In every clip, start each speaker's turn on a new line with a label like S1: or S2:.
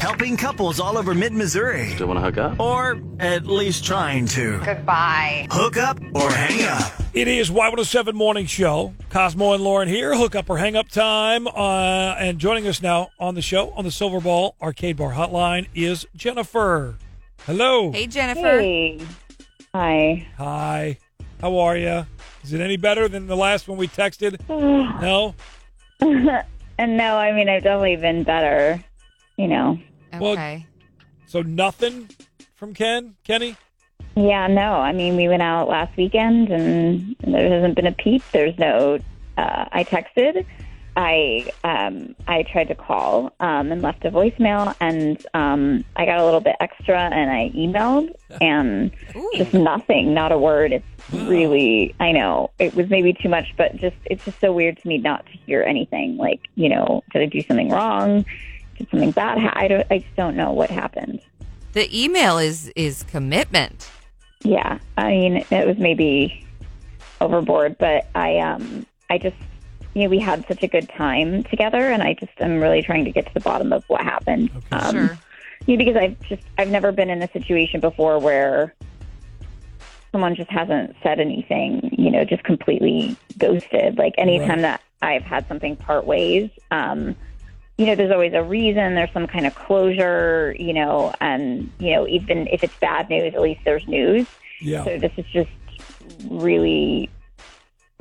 S1: helping couples all over mid Missouri.
S2: Still want to hook up?
S1: Or at least trying to.
S3: Goodbye.
S1: Hook up or hang up.
S4: It is Y107 Morning Show. Cosmo and Lauren here. Hook up or hang up time. Uh, and joining us now on the show on the Silver Ball Arcade Bar Hotline is Jennifer. Hello.
S5: Hey, Jennifer.
S3: Hey. Hi.
S4: Hi. How are you? Is it any better than the last one we texted? no.
S3: And no, I mean, I've definitely been better, you know.
S4: Well-
S5: Okay.
S4: So nothing from Ken, Kenny.
S3: Yeah, no, I mean, we went out last weekend and there hasn't been a peep. There's no, uh, I texted. I um, I tried to call um, and left a voicemail, and um, I got a little bit extra, and I emailed, and
S5: Ooh.
S3: just nothing, not a word. It's really, I know it was maybe too much, but just it's just so weird to me not to hear anything. Like, you know, did I do something wrong? Did something bad? Ha- I don't, I just don't know what happened.
S5: The email is is commitment.
S3: Yeah, I mean, it was maybe overboard, but I, um, I just, you know, we had such a good time together, and I just am really trying to get to the bottom of what happened. um,
S5: sure.
S3: Yeah, because I've just I've never been in a situation before where someone just hasn't said anything, you know, just completely ghosted. Like anytime that I've had something part ways, um, you know, there's always a reason, there's some kind of closure, you know, and you know, even if it's bad news, at least there's news.
S4: Yeah.
S3: So this is just really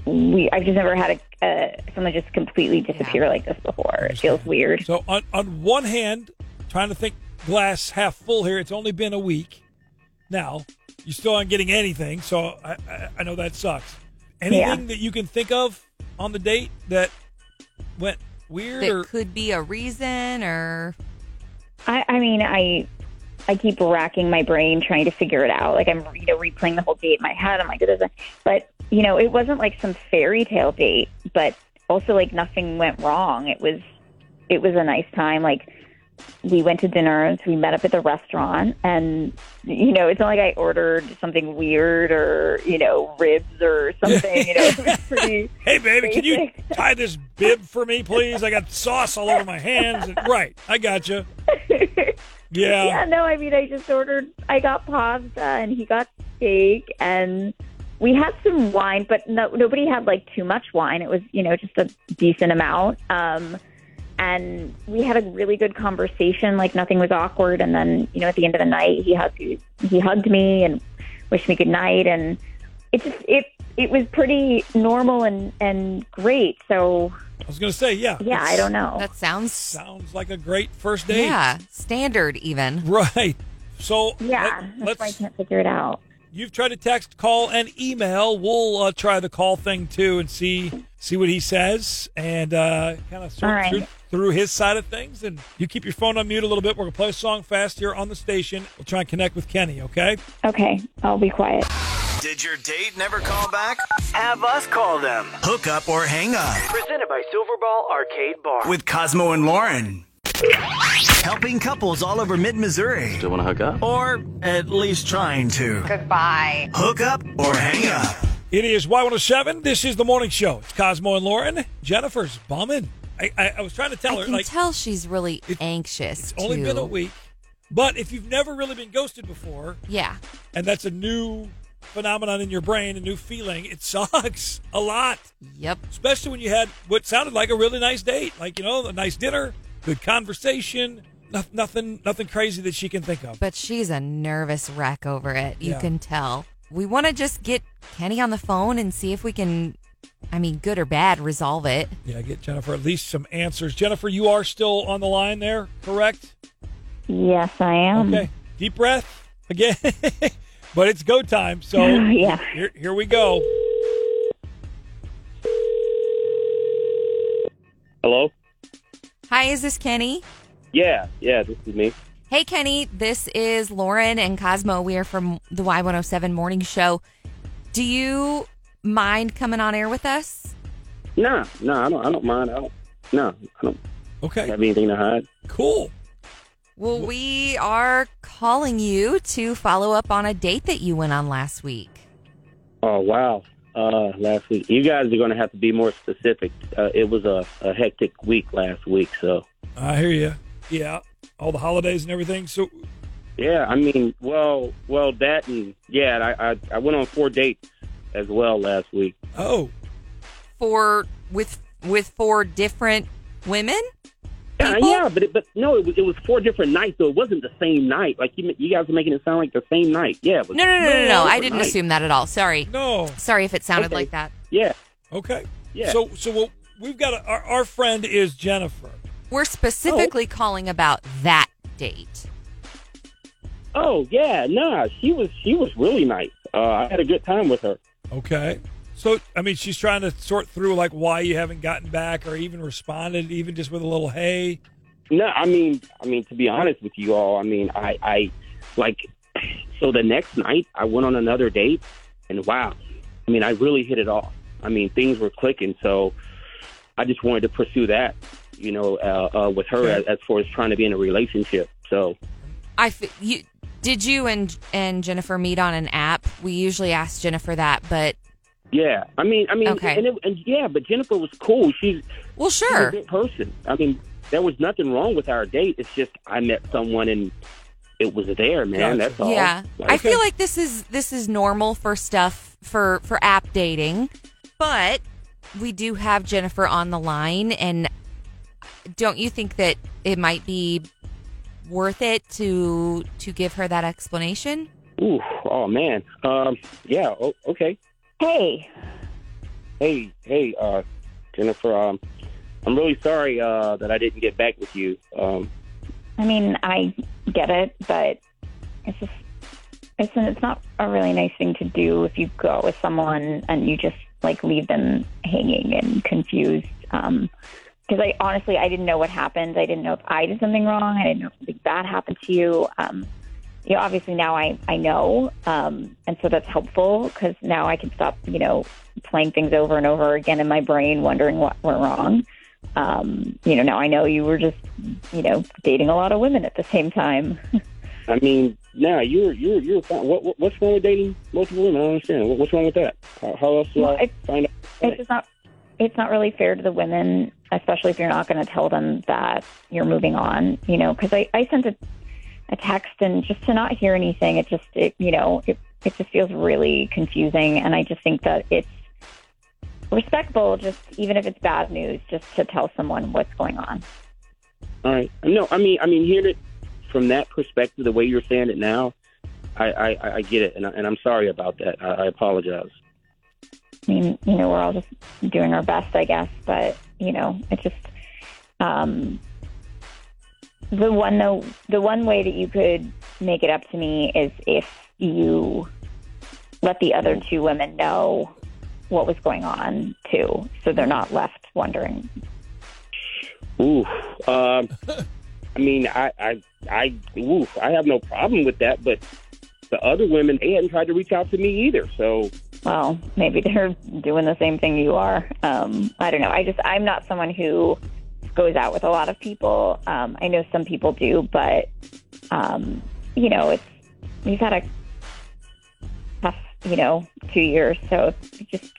S3: we I've just never had a uh, someone just completely disappear like this before. It feels weird.
S4: So on on one hand, trying to think glass half full here. It's only been a week. Now you still aren't getting anything, so I I, I know that sucks. Anything that you can think of on the date that went weird
S5: That
S4: or
S5: could be a reason or
S3: I, I mean, I I keep racking my brain trying to figure it out. Like I'm, you know, replaying the whole date in my head. I'm like, it doesn't. But you know, it wasn't like some fairy tale date, but also like nothing went wrong. It was it was a nice time. Like we went to dinner, so we met up at the restaurant, and you know, it's not like I ordered something weird or you know ribs or something. you know, it was pretty.
S4: hey baby, can you tie this bib for me, please? I got sauce all over my hands. And, right, I got you. Yeah.
S3: yeah, no, I mean, I just ordered, I got pasta and he got steak and we had some wine, but no, nobody had like too much wine. It was, you know, just a decent amount. Um, and we had a really good conversation, like nothing was awkward. And then, you know, at the end of the night, he hugged, he hugged me and wished me good night. And it just, it, it was pretty normal and, and great. So
S4: I was gonna say, yeah.
S3: yeah, I don't know.
S5: that sounds
S4: Sounds like a great first date.
S5: yeah standard even.
S4: Right. So
S3: yeah, that's
S4: let,
S3: why I
S4: us
S3: can't figure it out.
S4: You've tried to text, call, and email. We'll uh, try the call thing too and see see what he says and uh, kind of sort
S3: All right.
S4: through, through his side of things. And you keep your phone on mute a little bit. We're gonna play a song fast here on the station. We'll try and connect with Kenny. Okay.
S3: Okay, I'll be quiet.
S1: Did your date never call back? Have us call them. Hook up or hang up
S6: Presented by Silverball Arcade Bar.
S1: with Cosmo and Lauren. Helping couples all over mid Missouri.
S2: Still want to hook up?
S1: Or at least trying to.
S3: Goodbye.
S1: Hook up or hang up.
S4: It is Y107. This is the morning show. It's Cosmo and Lauren. Jennifer's bumming. I, I, I was trying to tell
S5: I
S4: her
S5: can
S4: like
S5: tell she's really anxious.
S4: it's only
S5: too.
S4: been a week, but if you've never really been ghosted before,
S5: Yeah.
S4: and that's a new phenomenon in your brain, a new feeling, it sucks a lot.
S5: Yep.
S4: especially when you had what sounded like a really nice date, like you know, a nice dinner, good conversation, no, nothing, nothing crazy that she can think of.
S5: But she's a nervous wreck over it. You
S4: Yeah.
S5: can tell. We want to just get Kenny on the phone and see if we can, I mean, good or bad, resolve it.
S4: Yeah, get Jennifer at least some answers. Jennifer, you are still on the line there, correct?
S3: Yes, I am.
S4: Okay, deep breath again, but it's go time. So
S3: Yeah.
S4: here, here we go.
S7: Hello?
S5: Hi, is this Kenny?
S7: Yeah, yeah, this is me.
S5: Hey, Kenny, this is Lauren and Cosmo. We are from the Y107 Morning Show. Do you mind coming on air with us?
S7: Nah, nah, I don't I don't mind. I don't no, I don't
S4: Okay,
S7: have anything to hide.
S4: cool.
S5: Well, we are calling you to follow up on a date that you went on last week.
S7: Oh wow. Uh last week. You guys are gonna have to be more specific. Uh, it was a, a hectic week last week, so
S4: I hear you. Yeah. all the holidays and everything. So
S7: Yeah, I mean, well, well, that and yeah, I I, I went on four dates as well last week.
S4: oh,
S5: for with with four different women.
S7: Yeah,
S5: People?
S7: yeah, but it, but no, it was, it was four different nights, so it wasn't the same night. Like you, ma- you guys are making it sound like the same night. Yeah. It was
S5: No, no, no, no, no.
S7: four
S5: I
S7: different
S5: didn't
S7: nights.
S5: assume that at all. Sorry,
S4: no.
S5: sorry if it sounded
S7: Okay.
S5: like that.
S7: Yeah,
S4: Okay.
S7: Yeah.
S4: So so what we've got a, our our friend is Jennifer.
S5: We're specifically calling about that date.
S7: Oh yeah, nah, she was she was really nice. Uh, I had a good time with her.
S4: Okay. So I mean she's trying to sort through like why you haven't gotten back or even responded even just with a little hey.
S7: No, I mean, I mean to be honest with you all, I mean, I, I like so the next night I went on another date, and wow, I mean, I really hit it off. I mean, things were clicking, so I just wanted to pursue that, you know, uh, uh, with her as, as far as trying to be in a relationship. So
S5: I f- you did you and and Jennifer meet on an app? We usually ask Jennifer that, but
S7: yeah, I mean, I mean,
S5: Okay.
S7: and, it, and yeah, but Jennifer was cool. She's
S5: well,
S7: She's a
S5: sure.
S7: good person. I mean, there was nothing wrong with our date. It's just I met someone and it was there,
S4: Gotcha.
S7: man. That's all.
S5: Yeah,
S7: Like,
S5: I feel like this is this is normal for stuff for for app dating, but we do have Jennifer on the line, and don't you think that it might be worth it to to give her that explanation?
S7: ooh, oh man. Um, yeah. Oh, okay.
S3: Hey,
S7: Hey, hey, uh, Jennifer. Um, I'm really sorry uh, that I didn't get back with you. Um,
S3: I mean, I get it, but it's just it's it's not a really nice thing to do if you go out with someone and you just like leave them hanging and confused. Um 'cause because I honestly I didn't know what happened. I didn't know if I did something wrong. I didn't know if something bad happened to you. Um, you know, obviously now I I know, um, and so that's helpful because now I can stop you know playing things over and over again in my brain, wondering what went wrong. Um, you know, now I know you were just you know dating a lot of women at the same time.
S7: I mean, now nah, you're you're you're fine. What, what what's wrong with dating multiple women? I don't understand. What, what's wrong with that? How, how else do
S3: Well,
S7: I
S3: it-
S7: find out?
S3: it's just not it's not really fair to the women especially if you're not going to tell them that you're moving on you know because I, I sent a, a text and just to not hear anything it just it you know it, it just feels really confusing and i just think that it's respectful just even if it's bad news just to tell someone what's going on
S7: All right. No, I mean, I mean, hearing it from that perspective, the way you're saying it now, I, I, I- I get it, and, I, and I'm sorry about that. I, I apologize.
S3: I mean, you know, we're all just doing our best, I guess. But you know, it just um, the one though the one way that you could make it up to me is if you let the other two women know what was going on too, so they're not left wondering.
S7: Ooh. Um, I mean, I, I, I, ooh, I have no problem with that, but the other women, they hadn't tried to reach out to me either. So,
S3: Well, maybe they're doing the same thing you are. Um, I don't know. I just I'm not someone who goes out with a lot of people. Um, I know some people do, but um, you know, it's we've had a tough, you know, two years. So it's just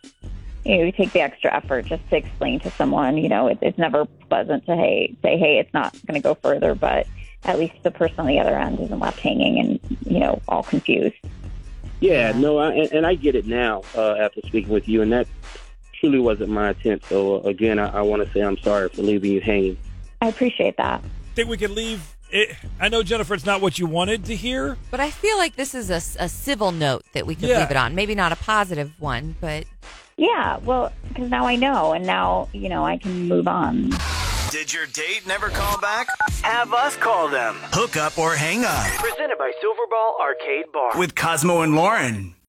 S3: you know, you take the extra effort just to explain to someone. You know, it, it's never pleasant to hey say hey, it's not going to go further, but at least the person on the other end isn't left hanging and you know all confused.
S7: yeah, no, I, and, and I get it now uh, after speaking with you, and that truly wasn't my intent. So, uh, again, I, I want to say I'm sorry for leaving you hanging.
S3: I appreciate that.
S4: think we could leave it I know Jennifer it's not what you wanted to hear.
S5: But I feel like this is a, s- a civil note that we could
S4: Yeah.
S5: leave it on. Maybe not a positive one, but
S3: Yeah, well, because now I know, and now you know I can move on.
S1: Did your date never call back? Have us call them. Hook up or hang up
S6: Presented by Silverball Arcade Bar.
S1: with Cosmo and Lauren.